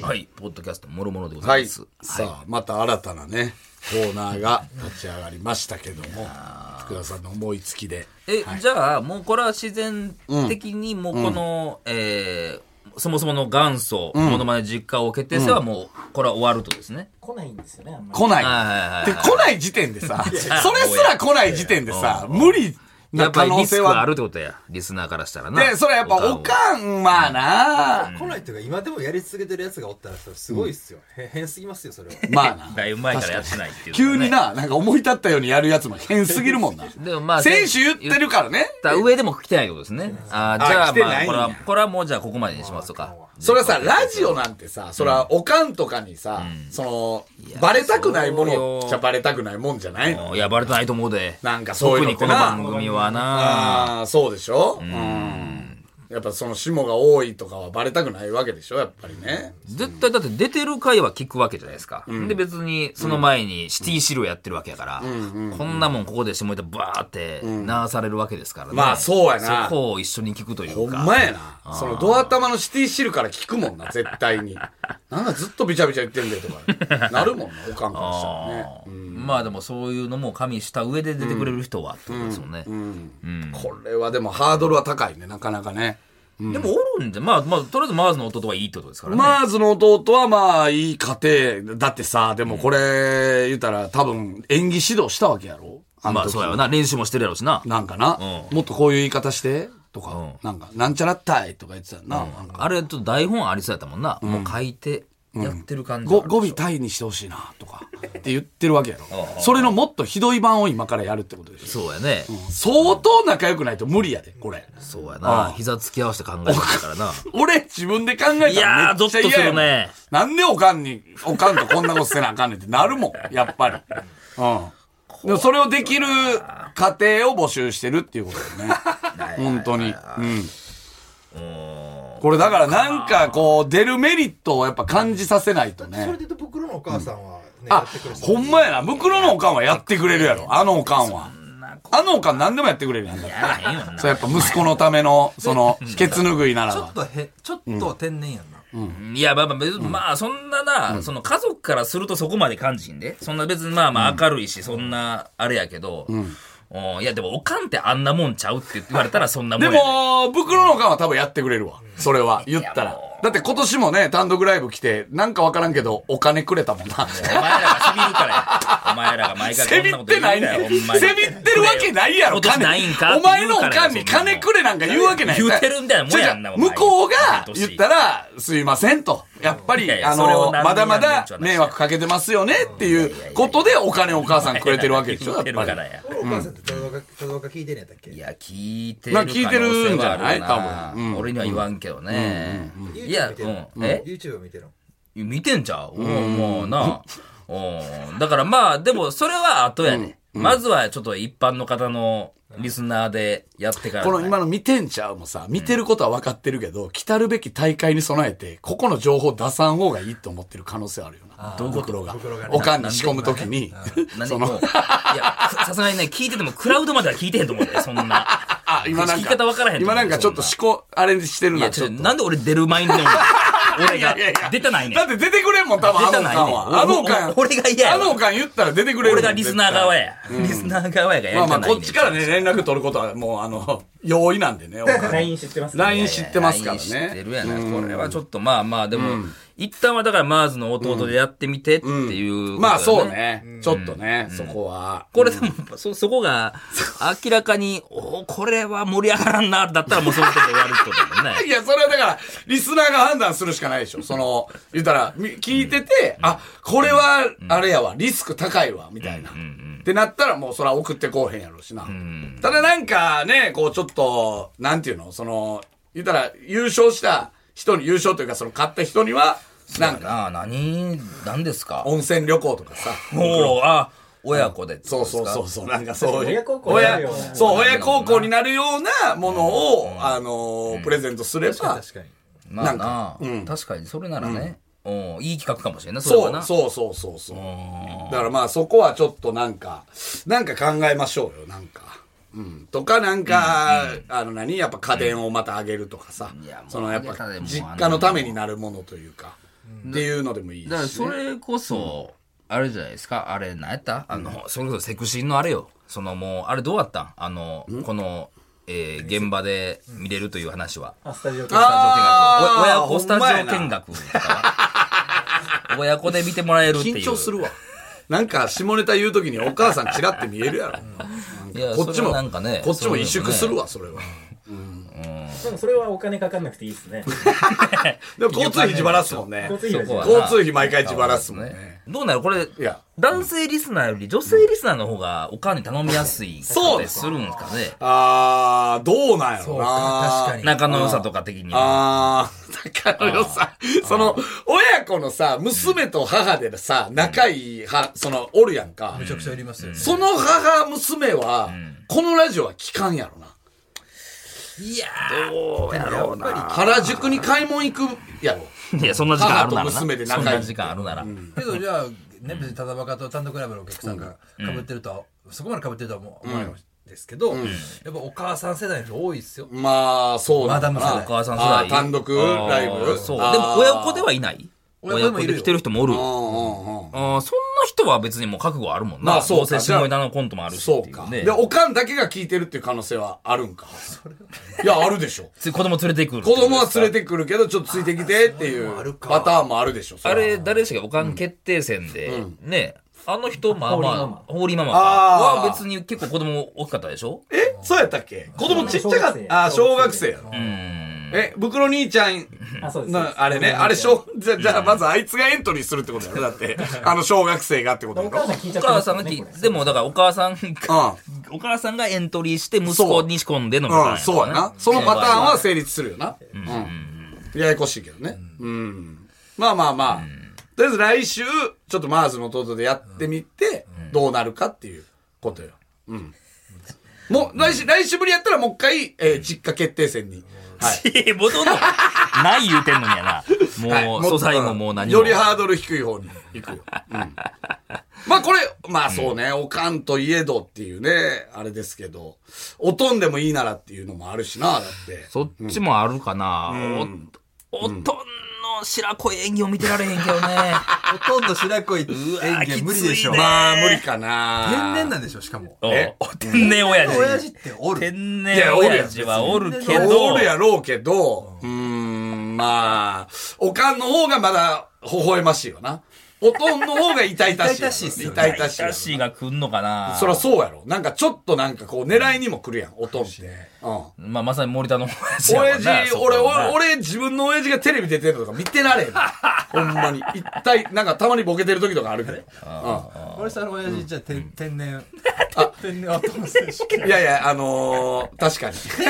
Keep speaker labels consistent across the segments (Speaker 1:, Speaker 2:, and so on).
Speaker 1: はい、ポッドキャストもろもろでございます。
Speaker 2: さあ、また新たなね、コーナーが立ち上がりましたけども、福田さんの思いつきで。
Speaker 1: え、じゃあ、もうこれは自然的に、もうこの、えーそもそもの元祖、ものまね実家を決定性はもう、これは終わるとですね。
Speaker 3: 来ないんですよね、あんまり。
Speaker 2: 来ない。
Speaker 1: はいはいはい
Speaker 2: で、来ない時点でさ、それすら来ない時点でさ、無理
Speaker 1: や
Speaker 2: な
Speaker 1: っぱ
Speaker 2: 可
Speaker 1: り
Speaker 2: 能
Speaker 1: リス
Speaker 2: 性
Speaker 1: クはあ
Speaker 2: は。
Speaker 1: るってことや。リスナーからしたらな。
Speaker 2: で、それはやっぱお
Speaker 1: んを
Speaker 2: かんはな、
Speaker 4: 来ないっていうか今でもやり続けてるやつがおったらそれすごいっすよ、へ変すぎますよそれは
Speaker 2: まあな。
Speaker 1: だいぶ前からやってないっていう、
Speaker 2: 急に。な、なんか思い立ったようにやるやつも変すぎるもんな。
Speaker 1: でも まあ、
Speaker 2: 選手言ってるからね。
Speaker 1: た上でも来てないってことですね。あーじゃあ
Speaker 2: 来て
Speaker 1: ま
Speaker 2: な
Speaker 1: あ、
Speaker 2: いん
Speaker 1: こ
Speaker 2: や
Speaker 1: れは、これはもうじゃあここまでにしますとか。
Speaker 2: それはさ、ラジオなんてさ、それはおかんとかにさ、その、バレたくないもの
Speaker 1: そうよ
Speaker 2: じゃバレたくないもんじゃないの
Speaker 1: いや、バレてないと思うで。
Speaker 2: なんかそういうの
Speaker 1: 特
Speaker 2: って
Speaker 1: にこ
Speaker 2: な
Speaker 1: の番組はな。
Speaker 2: ああ、そうでしょうん。やっぱその霜が多いとかはバレたくないわけでしょやっぱりね。
Speaker 1: 絶対だって出てる回は聞くわけじゃないですか。で別にその前にシティシルをやってるわけやから、こんなもんここで下ネタバーって流されるわけですからね。
Speaker 2: まあそうやな
Speaker 1: そこを一緒に聞くという
Speaker 2: ほん
Speaker 1: か。
Speaker 2: まやな。そのドア玉のシティシルから聞くもん な、絶対に。なんかずっとびちゃびちゃ言ってんでとか、なるもんな、おかんからしたらね。
Speaker 1: あーまあでもそういうのも加味した上で出てくれる人はってことですよね。
Speaker 2: これはでもハードルは高いね、なかなかね。
Speaker 1: でもおるんで、まあまあとりあえずマーズの弟はいいってことですからね。
Speaker 2: マーズの弟はまあいい家庭。だってさ、でもこれ言ったら多分演技指導したわけやろあの
Speaker 1: ま
Speaker 2: 時
Speaker 1: あそうやわな。練習もしてるやろうしな。
Speaker 2: なんかな、もっとこういう言い方して、とか、
Speaker 1: ん
Speaker 2: なんか、なんちゃらったいとか言ってたよな。なんか
Speaker 1: あれ、ちょっと台本ありそうやったもんな。もう書いてやってる感じ。
Speaker 2: ご語尾タイにしてほしいな、とか、って言ってるわけやろ。それのもっとひどい版を今からやるってことでしょ。
Speaker 1: そうやね。
Speaker 2: 相当仲良くないと無理やで、これ。
Speaker 1: そうやな。膝つき合わせて考えてるか らな。
Speaker 2: 俺、自分で考えたらめっ
Speaker 1: い
Speaker 2: ち
Speaker 1: や
Speaker 2: ゃ
Speaker 1: ー、ゾ
Speaker 2: 嫌
Speaker 1: ッとす
Speaker 2: や
Speaker 1: る
Speaker 2: もん
Speaker 1: ね。
Speaker 2: なんでおかんに、おかんとこんなことせなあかんねんってなるもん、やっぱり。うん。でもそれをできる家庭を募集してるっていうことだよね。 本当に。うん。これだからなんかこう出るメリットをやっぱ感じさせないと
Speaker 4: それ
Speaker 2: ね。
Speaker 4: で言うと袋のお母さんはね、や
Speaker 2: あ
Speaker 4: ってくれ、そう
Speaker 2: ほんまやな。ムクロのおかんはやってくれるやろ。あのおかんは。あのおかん何でもやってくれるやんだから。
Speaker 1: ええよな
Speaker 2: そうやっぱ息子のための、そ の、秘訣拭いなら
Speaker 3: ちょっ
Speaker 2: ば。
Speaker 3: とへ、ちょっと天然やんな。
Speaker 1: いや、まあまあ、別にまあ、そんなな、その家族からするとそこまで感じひんで。そんな別にまあまあ明るいし、そんな、あれやけど。うんいや、でも、おかんってあんなもんちゃうって言われたらそんなもん
Speaker 2: で
Speaker 1: やね。
Speaker 2: も、袋のおかんは多分やってくれるわ。それは、言ったら。だって今年もね、単独ライブ来て、なんかわからんけど、お金くれたもんな。
Speaker 1: お前らがせびるからや。 お前らが毎回
Speaker 2: せ
Speaker 1: こん
Speaker 2: び
Speaker 1: なこ
Speaker 2: っ
Speaker 1: と言
Speaker 2: て
Speaker 1: う
Speaker 2: ない
Speaker 1: んだ
Speaker 2: ね
Speaker 1: よ、
Speaker 2: ん
Speaker 1: ほんま。に。
Speaker 2: せびってるわけないやろ、
Speaker 1: 今年ないんか
Speaker 2: 金。お前のおかんに金くれなんか言うわけない。
Speaker 1: 言うてるみたいなもんやんな
Speaker 2: 違う違う向こうが
Speaker 1: お
Speaker 2: 言
Speaker 1: 前
Speaker 2: ったら、すいませんと。やっぱ
Speaker 1: いやい
Speaker 2: り、
Speaker 1: や
Speaker 2: あ
Speaker 1: それを
Speaker 2: の、
Speaker 1: 何
Speaker 2: まだま
Speaker 1: 年やねん
Speaker 2: だ
Speaker 1: ちゅう話
Speaker 2: 迷惑かけてますよねっていうことで、お金をお母さんくれてるわけで しょ、やっ
Speaker 1: 言ってる
Speaker 2: ぱ
Speaker 1: か
Speaker 2: り。
Speaker 1: らや。
Speaker 4: お母さんって田中田中聞いてんやったっけ
Speaker 1: いや、聞いてる
Speaker 2: なんか聞いてるんじゃない
Speaker 1: 可能性は
Speaker 2: 多
Speaker 1: あるな
Speaker 2: 分うん
Speaker 1: 俺には言わんけどね。い
Speaker 4: YouTube
Speaker 1: や、
Speaker 4: 見てるの
Speaker 1: うん。え
Speaker 4: YouTube 見てるの
Speaker 1: 見てんちゃううん、もうな。うん。だからまあ、でもそれは後やね。まずはちょっと一般の方のリスナーでやってから。
Speaker 2: この今の見てんちゃうもさ、見てることは分かってるけど、来たるべき大会に備えて、ここの情報出さん方がいいと思ってる可能性あるよな。どういうことがおかんに仕込むときに、
Speaker 1: 何
Speaker 2: そ
Speaker 1: もう
Speaker 2: の、
Speaker 1: いや、さすがにね、聞いててもクラウドまでは聞いてへんと思うね、そ んな。
Speaker 2: あ、今なん
Speaker 1: 聞き
Speaker 2: か、
Speaker 1: 方分からへんと思
Speaker 2: 今
Speaker 1: う
Speaker 2: なんかちょっと思考、あれしてる
Speaker 1: い
Speaker 2: な、
Speaker 1: や、
Speaker 2: ち
Speaker 1: ちょ
Speaker 2: ょ
Speaker 1: っ
Speaker 2: っ
Speaker 1: と、
Speaker 2: と。
Speaker 1: なんで俺出るマインドに俺が
Speaker 2: いやいや
Speaker 1: 出てないねん
Speaker 2: だって出てくれんもん、多分あの
Speaker 1: 出て
Speaker 2: お
Speaker 1: ない
Speaker 2: かんは。あのおかん
Speaker 1: ねん。、俺が嫌や
Speaker 2: あ
Speaker 1: わ
Speaker 2: のおかん言ったら出てくれるもん
Speaker 1: 俺がリスナー側。
Speaker 2: 絶
Speaker 1: や。リスナー側やが
Speaker 2: 対
Speaker 1: や
Speaker 2: まあま
Speaker 1: りた
Speaker 2: あ、
Speaker 1: ないねん
Speaker 2: こっちからね、連絡取ることはもう、あの、容易なんでね、おかん
Speaker 3: LINE 知ってます
Speaker 2: LINE 知ってますからね。
Speaker 1: 知ってるやな。これはちょっとまあまあ、でも、一旦はだからマーズの弟でやってみてっていうことだよね。
Speaker 2: まあそうね。ちょっとね、そこは。
Speaker 1: これでも、そ、そこが、明らかに、おーこれは盛り上がらんな、だったらもうその時で終わるってことだもんね。
Speaker 2: いや、それはだから、リスナーが判断するしかないでしょ。その、言ったら、み聞いてて、あ、これは、あれやわ、リスク高いわ、みたいな。ってなったら、もうそれは送ってこうへんやろうしな。ただなんかね、こうちょっと、なんていうの、その、言ったら、優勝した人に、優勝というか、その、勝った人には、なんか、
Speaker 1: なあ、何、何ですか
Speaker 2: 温泉旅行とかさ。
Speaker 1: おおあ、親子でってこ
Speaker 2: そう
Speaker 1: とですか。
Speaker 2: そうそうそう。なんかそういう。
Speaker 3: 親孝行になるような
Speaker 2: 親そう、親孝行になるようなものを、あのー、プレゼントすれば、
Speaker 4: 確かに
Speaker 1: まあ
Speaker 2: なんか
Speaker 1: な、確かにそれならね、おーいい企画かもしれんな、それ
Speaker 2: そ
Speaker 1: は
Speaker 2: う
Speaker 1: な。
Speaker 2: そうそうそうそう。だからまあそこはちょっとなんか、なんか考えましょうよ、なんか。うん、とかなんか、あの何やっぱ家電をまたあげるとかさ、
Speaker 1: いやもう
Speaker 2: そのやっぱ
Speaker 1: あげたでもう
Speaker 2: 実家のためになるものというか、っていうのでもいいし、
Speaker 1: だからそれこそ、あれじゃないですかあれ何やったあの、それこそセクシーのあれよそのもうあれどうだったんあのこの、えー現場で見れるという話は、
Speaker 3: あスタジオ
Speaker 1: スタジオ見学
Speaker 2: あー
Speaker 1: お親子スタジオ見
Speaker 2: ほんまや
Speaker 1: 学とか親子で見てもらえるっていう
Speaker 2: 緊張するわなんか下ネタ言う時にお母さんチラって見えるやろ
Speaker 1: いや
Speaker 2: こっち
Speaker 1: それ
Speaker 2: も
Speaker 1: はなんかね
Speaker 2: こっちも萎
Speaker 1: そういう
Speaker 2: 縮
Speaker 1: のね
Speaker 2: するわそれは
Speaker 3: でもそれはお金かかんなくていいですね。
Speaker 2: でも交通費自腹っすもんね
Speaker 3: 交通費は
Speaker 1: そこは
Speaker 2: 交通費毎回自腹っすもんね
Speaker 1: どうなるこれ
Speaker 2: や
Speaker 1: 男性リスナーより女性リスナーの方がおかんに頼みやすい
Speaker 2: そう
Speaker 1: ですするんですかね
Speaker 2: あーどうなんやろ
Speaker 4: そう
Speaker 2: な
Speaker 4: か、確かに。
Speaker 1: 仲の良さとか的には
Speaker 2: あー、仲の良さ。その、親子のさ、娘と母でさ、仲いいは、その、おるやんか
Speaker 4: め。ちゃくちゃいりますよね。
Speaker 2: その母、娘は、このラジオは聞かんやろな。
Speaker 1: いやどうやろうな
Speaker 2: 原宿に買い物行くやろ。
Speaker 1: いやそんな時間あるならな
Speaker 2: 母と娘で
Speaker 1: そん
Speaker 2: 仲いい
Speaker 1: な時間あるなら
Speaker 4: けどじゃあ、ね、別にただバカと単独ライブのお客さんが被ってるとは、そこまで被ってるとはもう思わないですけど、やっぱお母さん世代の人多いですよ。
Speaker 2: まあ、そうなの
Speaker 4: マ
Speaker 2: か
Speaker 4: ダ
Speaker 2: な
Speaker 1: お
Speaker 4: ム
Speaker 1: 母さん世
Speaker 2: あ
Speaker 1: 代
Speaker 2: ー単独ライ
Speaker 1: あー
Speaker 2: ブ
Speaker 1: そう
Speaker 2: あー
Speaker 1: でも親子ではいない
Speaker 4: 親
Speaker 1: 親
Speaker 4: 子
Speaker 1: 子
Speaker 4: でもいるよ
Speaker 1: で来てる人もおる
Speaker 2: う
Speaker 1: あ
Speaker 2: んうんうん。
Speaker 1: ーそんな人は別にもう覚悟あるもんな、
Speaker 2: まあそうか
Speaker 1: どせ下ネタのコントもあるし
Speaker 2: そ
Speaker 1: っ
Speaker 2: う
Speaker 1: てい
Speaker 2: か。
Speaker 1: うね
Speaker 2: で、おかんだけが聞いてるっていう可能性はあるんか。いや、あるでしょ。
Speaker 1: つ子供連れてくる
Speaker 2: 子供は連れてくるけど、ちょっとついてきてっていうパターンもあるでしょ。そ
Speaker 1: あ
Speaker 2: は
Speaker 1: れ、誰でしたっけおかん決定戦で、ね、あの人、まあまあ、ホーリーママか
Speaker 2: あー
Speaker 1: は別に結構子供大きかったでしょ
Speaker 2: えそうやったっけ子供ちっちゃかっ
Speaker 3: 小学生
Speaker 2: た。あー、小学生やろ。
Speaker 1: うん。
Speaker 2: え、袋兄ちゃん
Speaker 3: あそうですそうです
Speaker 2: の、あれね、あれ、小、じゃ、じゃあ、まずあいつがエントリーするってことやろだ って、あの、小学生がってこと
Speaker 3: お
Speaker 2: や
Speaker 3: 母
Speaker 2: ろ
Speaker 3: さん聞いちゃ
Speaker 1: お
Speaker 3: ってま
Speaker 1: 母
Speaker 3: す
Speaker 1: さん
Speaker 3: よ
Speaker 1: が
Speaker 3: ね
Speaker 1: き
Speaker 3: これ
Speaker 1: でもだからお母さん が、お母さんがエントリーして息子に仕込んでのパターン
Speaker 2: う
Speaker 1: や
Speaker 2: ん、そうやな。そのパターンは成立するよな。うん。ややこしいけどね。うん。まあまあまあ。とりあえず来週、ちょっとマーズの弟でやってみて、どうなるかっていうことよ。うん。もう、来週、来週ぶりやったらもう一回、えー実家決定戦に。はい。
Speaker 1: いや、もうどんどん、ない言うてんのにや な。もう、
Speaker 2: っと
Speaker 1: 素材ももう何も。
Speaker 2: よりハードル低い方に行く よ。うんまあこれ、まあそうね、おかんといえどっていうね、あれですけど、おとんでもいいならっていうのもあるしな、だって。
Speaker 1: そっちもあるかな。お、おとんの白子演技を見てられへんけどね。
Speaker 4: ほとんど白子演技無理でしょ。
Speaker 1: うわーきついね
Speaker 2: ま
Speaker 4: まあ
Speaker 2: あ無理かな。
Speaker 4: 天然なんでしょ、しかも。
Speaker 2: え
Speaker 1: お天然親父。
Speaker 4: 親父っておる。
Speaker 1: 天然親父はおるけど、
Speaker 2: おるやろうけど、うーん、まあ、おかんの方がまだ微笑ましいよな。おとんの方が痛々しいよな。
Speaker 4: 痛々しいっすよね
Speaker 2: 痛々しいよ
Speaker 1: タ
Speaker 2: な。
Speaker 1: シーが来んのかな
Speaker 2: そらそうやろ。なんかちょっとなんかこう狙いにも来るやん、おとんって。うん。
Speaker 1: まあ、まさに森田の親父やも
Speaker 2: 親
Speaker 1: んな
Speaker 2: 父、
Speaker 1: そこ
Speaker 2: 俺、
Speaker 1: はな
Speaker 2: 俺、俺、自分の親父がテレビ出てるのとか見てら れへん。ほんまに。一体、なんかたまにボケてる時とかあるけど。う
Speaker 4: 俺さんの親父じゃ天天然。 天然、
Speaker 2: んいやいや、あのー、確かに。
Speaker 4: 天然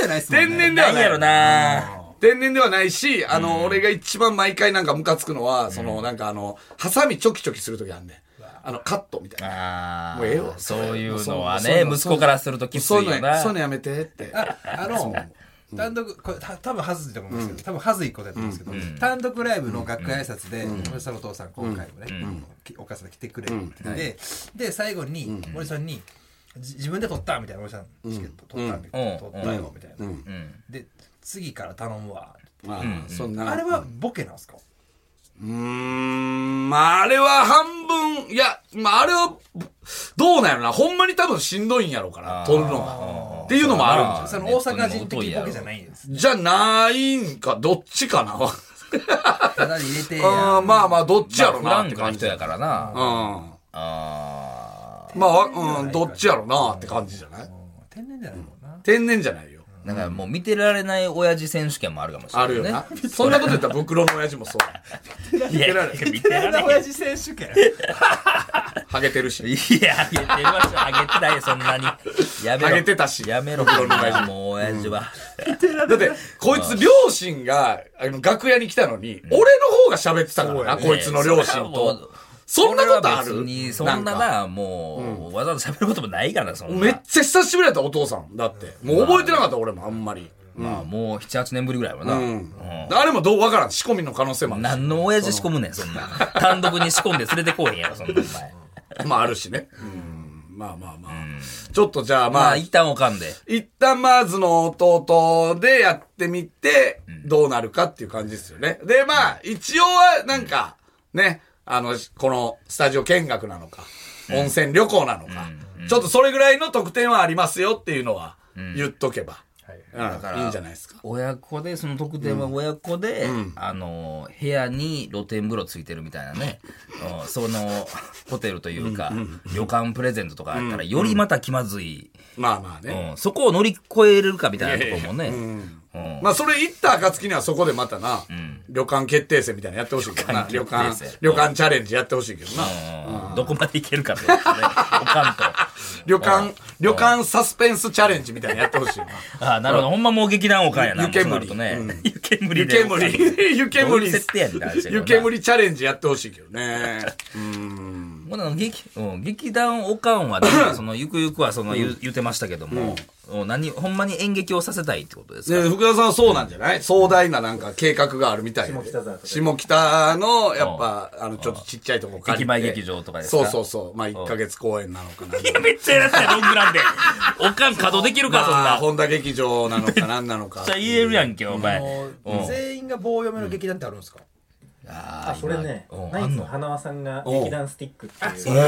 Speaker 4: じゃないっすもんね。
Speaker 2: 天然では
Speaker 1: 何やろ
Speaker 2: ない。
Speaker 1: な
Speaker 2: 天然ではないし、あの、俺が一番毎回なんかムカつくのは、その、なんかあの、ハサミチョキチョキする時あんねん。あの、カットみたいな。
Speaker 1: あー
Speaker 2: もうええわ
Speaker 1: そういうのは
Speaker 2: そうそう
Speaker 1: ね、
Speaker 2: そう
Speaker 1: 息子からするときつい
Speaker 2: そういう
Speaker 1: よ
Speaker 2: の、
Speaker 1: な。
Speaker 2: そういうのやめてって。
Speaker 4: ああの、単独、これた多分はずいと思うんですけど、多分はずいことやと思うんですけど、単独ライブの学会挨拶で、森さんのお父さん、今回もね、きお母さん来てくれって言って、で、最後に、森さんに、じ自分で撮ったみたいな、森さん、チケット撮ったみたいな、
Speaker 1: うん
Speaker 4: 撮ったよみたいな。
Speaker 1: うん
Speaker 4: で、次から頼むわ。
Speaker 2: まあ、そんな。
Speaker 4: あれはボケなんですか
Speaker 2: うーん、まあ、あれは半分、いや、まあ、あれは、どうなんやろな。ほんまに多分しんどいんやろうから、撮るのが。っていうのもあるんじゃん。
Speaker 4: その大阪人的ボケじゃないんです。
Speaker 2: じゃないんか、どっちかな。
Speaker 4: ただ入れてや、
Speaker 2: あーまあまあ、どっちやろ
Speaker 1: フラ
Speaker 2: なっ
Speaker 1: ン
Speaker 2: て
Speaker 1: クな
Speaker 2: 感
Speaker 1: 人
Speaker 2: じ。
Speaker 1: やから
Speaker 2: うん。
Speaker 1: な。
Speaker 2: ま
Speaker 1: あ
Speaker 2: あわ、うん、どっちやろなって感じじゃない
Speaker 4: 天然じゃないもんな。
Speaker 2: 天然じゃないよ。
Speaker 1: ーだからもう見てられない親父選手権もあるかもしれな
Speaker 2: あ
Speaker 1: いね。
Speaker 2: るよな。そんなこと言ったら、袋の親父もそうや。
Speaker 1: いや。見てられない。
Speaker 4: 親父選手権
Speaker 2: ハゲてるし。
Speaker 1: いや、あげてました。あげてないよ、そんなに。やめろ。
Speaker 2: あげてたし
Speaker 1: やめろ、
Speaker 2: 袋の親父
Speaker 1: もう親父は。
Speaker 2: だって、こいつ両親が、あの、楽屋に来たのに、俺の方が喋ってたからな、こいつの両親と。そんなことあ
Speaker 1: 俺は
Speaker 2: る
Speaker 1: 別にそんな
Speaker 2: か
Speaker 1: な、もう、わざわざ喋ることもないから、そんな。
Speaker 2: めっちゃ久しぶりだった、お父さん。だって。もう覚えてなかった、俺も、あんまり。
Speaker 1: まあ、もう7、8年ぶりぐらいはな。うん
Speaker 2: あれもどうわからん。仕込みの可能性もあるし。
Speaker 1: 何の親父仕込むねん、そんな。単独に仕込んで連れてこうへんやろ、そんなお前。
Speaker 2: まああるしね。うんまあまあまあ。ちょっとじゃあ
Speaker 1: ま
Speaker 2: ま
Speaker 1: あ、
Speaker 2: あ、
Speaker 1: 一旦おかんで。
Speaker 2: 一旦まあずの弟でやってみて、どうなるかっていう感じですよね。で、まあ、一応はなんか、ね、あの、このスタジオ見学なのか、温泉旅行なのか、ちょっとそれぐらいの特典はありますよっていうのは言っとけば、うんいいんじゃないですか。
Speaker 1: 親子で、その特典は親子で、あの、部屋に露天風呂ついてるみたいなね、うんその、ホテルというか、旅館プレゼントとかあったら、よりまた気まずい、
Speaker 2: まあまあ
Speaker 1: う
Speaker 2: ね。
Speaker 1: んそこを乗り越えれるかみたいなところもね。うん
Speaker 2: まあそれ行った暁にはそこでまたな、旅館決定戦みたいなのやってほしいけどな。旅
Speaker 1: 旅館
Speaker 2: 館
Speaker 1: 決定戦、
Speaker 2: 旅館チャレンジやってほしいけどな。
Speaker 1: うんどこまでいけるかってこと ですね。おかんと。
Speaker 2: 旅館、旅館サスペンスチャレンジみたいなのやってほしいな。
Speaker 1: ああ、なるほど。ほんまもう劇団おかんやな。
Speaker 2: 湯煙
Speaker 1: もうそうなる とね。湯煙
Speaker 2: 湯
Speaker 1: でお
Speaker 2: 煙
Speaker 1: かん。、
Speaker 2: 湯
Speaker 1: どうい
Speaker 2: 煙
Speaker 1: う設定やねんって話やけどな
Speaker 2: 湯煙チャレンジやってほしいけどね。
Speaker 1: もうなんか劇、うん、劇団おかんは、だからその、ゆくゆくは、その、言う言ってましたけども、うん何、ほんまに演劇をさせたいってことですか、
Speaker 2: ね福田さんはそうなんじゃない壮大ななんか計画があるみたいで
Speaker 3: 下北沢とか
Speaker 2: 下北の、やっぱ、あの、ちょっとちっちゃいとこ借りて
Speaker 1: 駅前劇場とかです
Speaker 2: そ
Speaker 1: か
Speaker 2: うそうそう。まあ、1ヶ月公演なのかな。
Speaker 1: いや、めっちゃやらせたい、ロングランで。おかん稼働できるか、そん
Speaker 2: まあ、
Speaker 1: な。めっ
Speaker 2: 本田劇場なのかなんなのか
Speaker 1: ち。ゃ言えるやんけ、お前。
Speaker 4: もう全員が棒読めの劇団ってあるんですか
Speaker 1: あ
Speaker 3: あ、それね
Speaker 1: うん、
Speaker 3: ナ
Speaker 1: あ
Speaker 3: イ
Speaker 1: ん
Speaker 3: ツ
Speaker 1: の
Speaker 3: の花輪さんが劇団スティックっていう。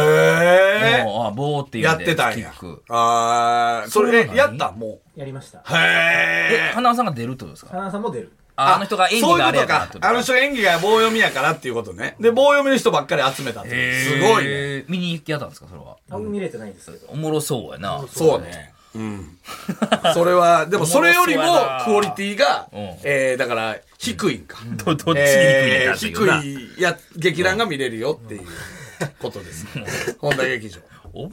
Speaker 2: へえ。
Speaker 1: もう、あ、棒っていう
Speaker 2: や
Speaker 1: ん
Speaker 2: っ
Speaker 1: で
Speaker 2: てたんや
Speaker 1: スキック。
Speaker 2: あー、それ、えやったも
Speaker 3: やりました。
Speaker 2: う。へ
Speaker 1: え、
Speaker 2: え。
Speaker 1: 花輪さんが出るってことですか
Speaker 3: 花輪さんも出る。
Speaker 1: ああの人が演技があれやからって
Speaker 2: そういうこと
Speaker 1: と
Speaker 2: か。あの人演技が棒読みやからっていうことね。で、棒読みの人ばっかり集めたってことすごいね。
Speaker 1: ね。見に行きやったんですか、それは。
Speaker 3: あんま見れてないんですけど。
Speaker 1: おもろそうやな。
Speaker 2: そうね。うん。 それは、でもそれよりも
Speaker 1: おもろそうやな
Speaker 2: クオリティが
Speaker 1: うん、
Speaker 2: えー、だから、低いんか。
Speaker 1: どどっちに行くん
Speaker 2: え
Speaker 1: や
Speaker 2: ー
Speaker 1: ったんやな。
Speaker 2: 低いや、劇団が見れるよっていうことです。本田劇場。
Speaker 1: お盆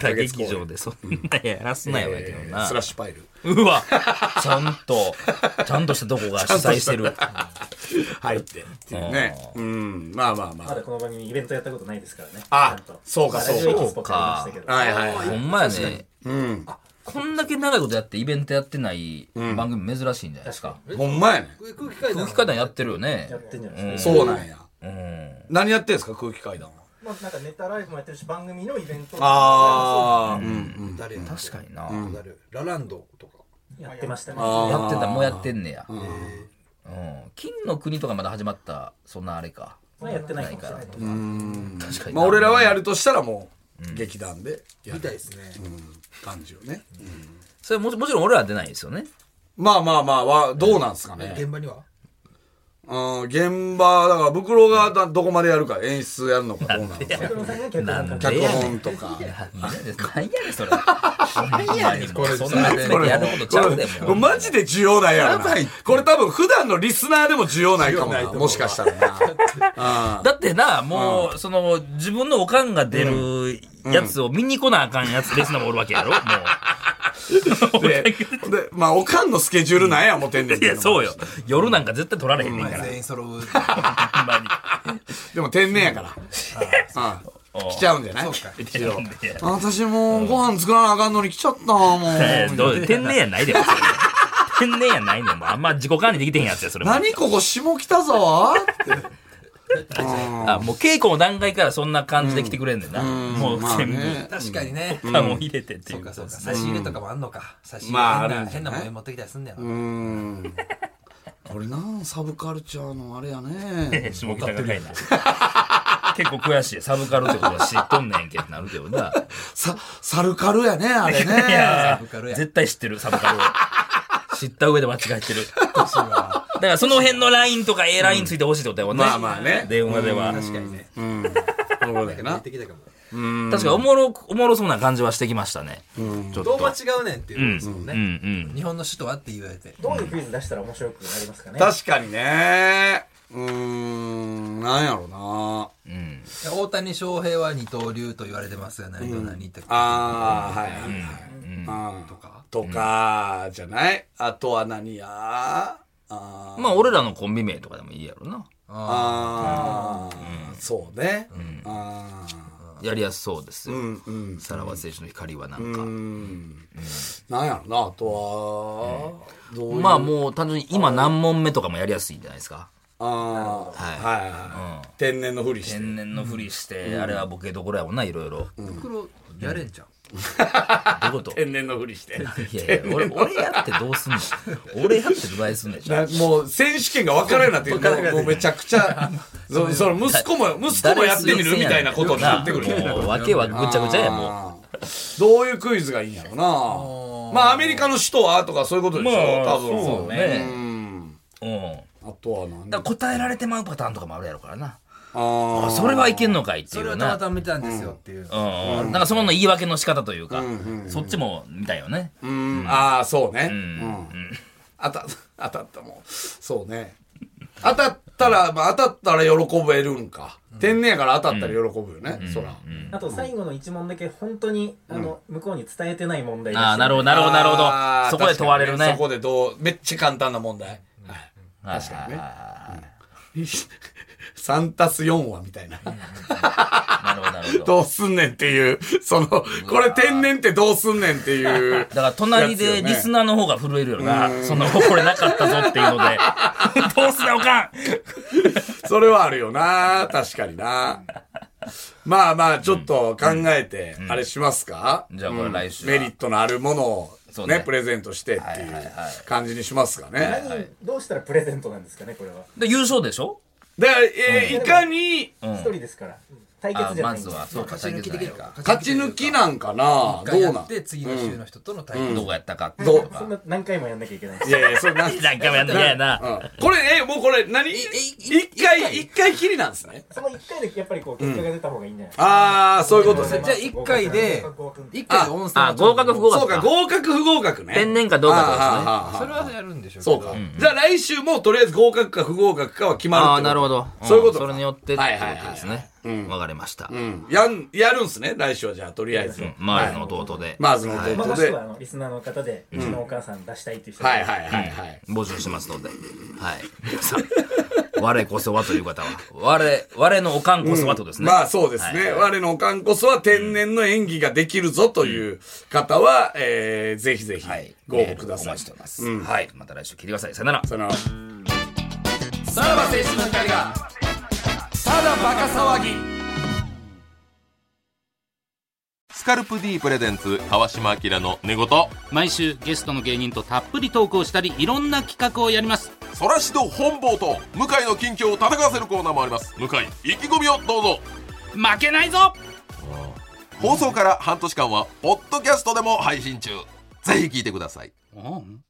Speaker 1: だ劇場でそんなやらすなよやけど
Speaker 2: えー
Speaker 1: な
Speaker 2: ス。ラッシュパイル。
Speaker 1: うわ、ちゃんと、ちゃんとしたとこが主催してる。
Speaker 2: 入って。っていうね。うん。まあまあま
Speaker 3: ま
Speaker 2: あ。
Speaker 3: だこの番組イベントやったことないですからね。
Speaker 2: あ
Speaker 3: ちゃんと
Speaker 2: そうか
Speaker 3: まあ
Speaker 2: そうか
Speaker 3: ラジオエキスポってありましたけど。
Speaker 2: はいはいはい。
Speaker 1: ほんまやね。あこんだけ長いことやってイベントやってない番組珍しいんじゃないですか。
Speaker 2: ほんまやね。
Speaker 4: 空気階
Speaker 1: 空気階段やってるよね
Speaker 3: や。ってんじゃないですか。
Speaker 2: そうなんや。
Speaker 1: うん。
Speaker 2: 何やってんすか、空気階段は。
Speaker 3: まあなんかネタライブもやってるし、番組のイベントも
Speaker 2: あー。うん。
Speaker 4: 誰
Speaker 1: 確かにな。
Speaker 4: 誰ラランドとか
Speaker 3: やってましたね。
Speaker 2: あー
Speaker 1: やってた、もうやってんねや。うん。金の国とかまだ始まった、そんなあれか。
Speaker 3: まあやってないかもしれない。
Speaker 1: 確かにな。
Speaker 2: まあ、俺らはやるとしたらもう、劇団でや
Speaker 4: みたい
Speaker 2: る
Speaker 4: ですね
Speaker 2: 感じよね。
Speaker 1: それもちもちろん俺らは出ないですよね。
Speaker 2: まあまあまあは、どうなんすかね。
Speaker 4: 現場には
Speaker 2: うん、現場、だから、袋がだどこまでやるか、演出やるのかどうなのか。
Speaker 3: 黒田さんが脚本書いて
Speaker 2: 脚本とか。
Speaker 1: 何やねんそれ。何やねん、これ。そんな集めてやることちゃうで
Speaker 2: これ
Speaker 1: も
Speaker 2: マジで需要ないやろな
Speaker 4: やばい
Speaker 2: これ多分普段のリスナーでも需要ないかもな。もしかしたらな。
Speaker 1: だってな、もう、その、自分のおかんが出るやつを見に来なあかんやつ、レスナーもおるわけやろ
Speaker 2: う
Speaker 1: も
Speaker 2: んで、で、まあ、おかんのスケジュールなんや思てんねん
Speaker 1: う。い
Speaker 2: けど。
Speaker 1: や、そうよ。。夜なんか絶対取られへんねんから。
Speaker 4: 全員揃う
Speaker 1: ほんまに。
Speaker 2: でも天然やから。ああ来ちゃうんじゃない
Speaker 4: そうか
Speaker 2: 一応。私もうご飯作らなあかんのに来ちゃったもう。
Speaker 1: えーどう天然やないでもそれ天然やないねんもうあんま自己管理できてへんやつやそれも
Speaker 2: 何ここ下北沢って。
Speaker 1: あもう稽古の段階からそんな感じで来てくれんねんな、もう
Speaker 2: まあ
Speaker 1: 全部、
Speaker 2: ね。
Speaker 4: 確かにね
Speaker 1: パンを入れてってい
Speaker 4: そう
Speaker 1: う
Speaker 4: か
Speaker 1: か
Speaker 4: そうか差し入れとかもあんのか差し入
Speaker 2: まあ
Speaker 4: れ変
Speaker 2: あるん
Speaker 4: な
Speaker 2: じゃ
Speaker 4: 変
Speaker 2: な
Speaker 4: ないもの持ってきたりすんねや
Speaker 2: う
Speaker 4: ろ
Speaker 2: ん。これな、サブカルチャーのあれやね。
Speaker 1: 下北がかいな結構悔しいサブカルってことは知っとんねんけってなるけどな
Speaker 2: さ、サルカルやね、あれ
Speaker 1: いや
Speaker 2: ね。
Speaker 4: ブカルや
Speaker 1: 絶対知ってるサブカルを知った上で間違えてるだからその辺の LINE とか A ラインついてほしいってことやもんね、
Speaker 2: まあまあね
Speaker 1: 電話では、
Speaker 4: 確かにね
Speaker 2: そうだよ
Speaker 4: 持っ
Speaker 2: な
Speaker 4: てきたかも
Speaker 1: 確かにおもろおもろそうな感じはしてきましたね、ちょっ
Speaker 4: ど
Speaker 1: と
Speaker 4: う間違うねんっていうことですも
Speaker 1: う
Speaker 4: ん
Speaker 1: んう
Speaker 4: ね
Speaker 1: ん
Speaker 4: 日本の首都はって言われて
Speaker 3: どういうクイズ出したら面白くなりますかね。
Speaker 2: 確かにね。うーん、なんやろな。
Speaker 1: うん
Speaker 4: 大谷翔平は二刀流と言われてますが何と何とか
Speaker 2: ああ、はいはいはいうん。とかとか、じゃないあとは何やあー
Speaker 1: まあ俺らのコンビ名とかでもいいやろな。
Speaker 2: あー、そうね。あー
Speaker 1: やりやすそうですよ。
Speaker 2: うんうん。
Speaker 1: さらば青春の光はな
Speaker 2: うんん。なんやろな、あとは、どう
Speaker 1: か。
Speaker 2: いう。
Speaker 1: まあもう単純に今何問目とかもやりやすいんじゃないですか。
Speaker 2: あー、
Speaker 1: はい
Speaker 2: はいはい。天然のふりして。
Speaker 1: 天然のふりして、あれはボケどころやもんな、いろいろ。
Speaker 4: 袋やれんじゃん
Speaker 1: どういうこと
Speaker 2: 天然のふりして。
Speaker 1: いやいや俺俺やってど うすんの俺やってどないすんねんじ
Speaker 2: な
Speaker 1: ゃ
Speaker 2: もう選手権が分からんようになってく
Speaker 4: 分からんよ
Speaker 2: る
Speaker 4: う
Speaker 2: も
Speaker 4: になってきた
Speaker 2: うめちゃくちゃそその息子も息子もやってみるみたいなことになってくる
Speaker 1: もう訳はぐちゃぐちゃやもう
Speaker 2: あーどういうクイズがいいんやろうなまあアメリカの首都はとかそういうことでしょ、多分
Speaker 1: そうねうん
Speaker 2: あとは何
Speaker 1: だから答えられてまうパターンとかもあるやろからな
Speaker 2: あー
Speaker 1: あそれはいけんのかいってい
Speaker 4: それ
Speaker 1: う
Speaker 4: をたま
Speaker 1: な
Speaker 4: たま見たんですよっていう。
Speaker 1: うんうんなんかその言い訳の仕方というかそっちも見たよね
Speaker 2: うんああそうね、うん
Speaker 1: ん
Speaker 2: 当た当たったもんそうね当たったら、まあ、当たったら喜べるんか、天然やから当たったら喜ぶよね、そら、
Speaker 3: あと最後の一問だけ本当に、あの、向こうに伝えてない問題ですよね
Speaker 1: ああなるほどなるほどなるほ
Speaker 2: あ
Speaker 1: ど
Speaker 2: ー
Speaker 1: そこで問われる
Speaker 2: 確かに
Speaker 1: ね
Speaker 2: そこでどうめっちゃ簡単な問 題、はい
Speaker 1: 確かにね
Speaker 2: 3たす4はみたいな。
Speaker 1: なるほどなるほど
Speaker 2: どうすんねんっていう、その、これ天然ってどうすんねんって いう。
Speaker 1: だから隣でリスナーの方が震えるよな、そのこれなかったぞっていうの でどうすなおかん
Speaker 2: それはあるよな確かにな。まあまあ、ちょっと考えて、あれしますか、
Speaker 1: じゃあこれ来週は
Speaker 2: メリットのあるものを
Speaker 1: そう
Speaker 2: ね、
Speaker 1: ね
Speaker 2: プレゼントしてってい
Speaker 1: はいはいうはい
Speaker 2: 感じにしますかね。
Speaker 3: 何、どうしたらプレゼントなんですかね、これは。
Speaker 1: で優勝でしょ
Speaker 2: で、えーいかに、
Speaker 3: 一人ですから。対
Speaker 1: あ
Speaker 3: 決じゃ
Speaker 1: ま
Speaker 3: ないん
Speaker 1: ず
Speaker 3: で。
Speaker 1: はそうか
Speaker 4: 勝ち抜きできるか。
Speaker 2: 勝ち抜きなんかな
Speaker 4: 一
Speaker 2: どう
Speaker 4: 回や
Speaker 2: な
Speaker 4: って
Speaker 2: ん
Speaker 4: 次の週の人との対決。
Speaker 1: どうやったか
Speaker 2: どう
Speaker 3: そんな何回もやんなきゃいけない。
Speaker 2: いやいや、それなん
Speaker 1: 何回もやんなきゃやな
Speaker 2: うんこれ、えもうこれ何、一回、一回きりなんですね。
Speaker 3: その一回でやっぱりこう、結果が出た方がいいんじゃないですか。
Speaker 2: ああ、そういうことね
Speaker 4: じゃ。あ一回で、一回で温泉。
Speaker 1: あ合格不合
Speaker 2: そう
Speaker 1: 格
Speaker 2: か、
Speaker 1: か
Speaker 2: 合格不合格ね。
Speaker 1: 天然かどうかってことですね
Speaker 2: あーはーはーはー
Speaker 4: それはやるんでしょうけ
Speaker 2: そ
Speaker 4: ど
Speaker 2: うか。じゃあ来週もとりあえず合格か不合格かは決まるってこ
Speaker 1: あ
Speaker 2: と
Speaker 1: あなるほど
Speaker 2: そういうことか
Speaker 1: んそれによってって
Speaker 2: はいいうはいはい
Speaker 1: ことですねわかりました
Speaker 2: うん。やん、やるんすね、来週はじゃあ、とりあえず。
Speaker 1: 周りの弟で
Speaker 2: まずの
Speaker 3: まあ、
Speaker 2: 弟
Speaker 3: もし
Speaker 2: で。
Speaker 3: くは
Speaker 2: は
Speaker 3: あのリスナーの方で、うちのお母さん出したいっていう人
Speaker 2: いはいはいはい。
Speaker 1: 募集しますので、はい。 皆さん、我こそはという方は、我、我のおかんこそはということですね。
Speaker 2: まあそうですね。
Speaker 1: はい
Speaker 2: 我のおかんこそは天然の演技ができるぞという方は、えー、ぜひぜひ
Speaker 1: はい。
Speaker 2: ご応募ください。
Speaker 1: メールお待ちしております。はい。また来週聞いてください。さよなら。
Speaker 2: その、
Speaker 4: さらば青春の光が
Speaker 2: ただバカ騒ぎ。
Speaker 5: スカルプ D プレゼンツ川島明の寝言
Speaker 6: 毎週ゲストの芸人とたっぷりトークをしたりいろんな企画をやります
Speaker 5: そらしど本坊と向井の近況を戦わせるコーナーもあります向井意気込みをどうぞ
Speaker 6: 負けないぞ
Speaker 5: 放送から半年間はポッドキャストでも配信中ぜひ聞いてください
Speaker 6: うん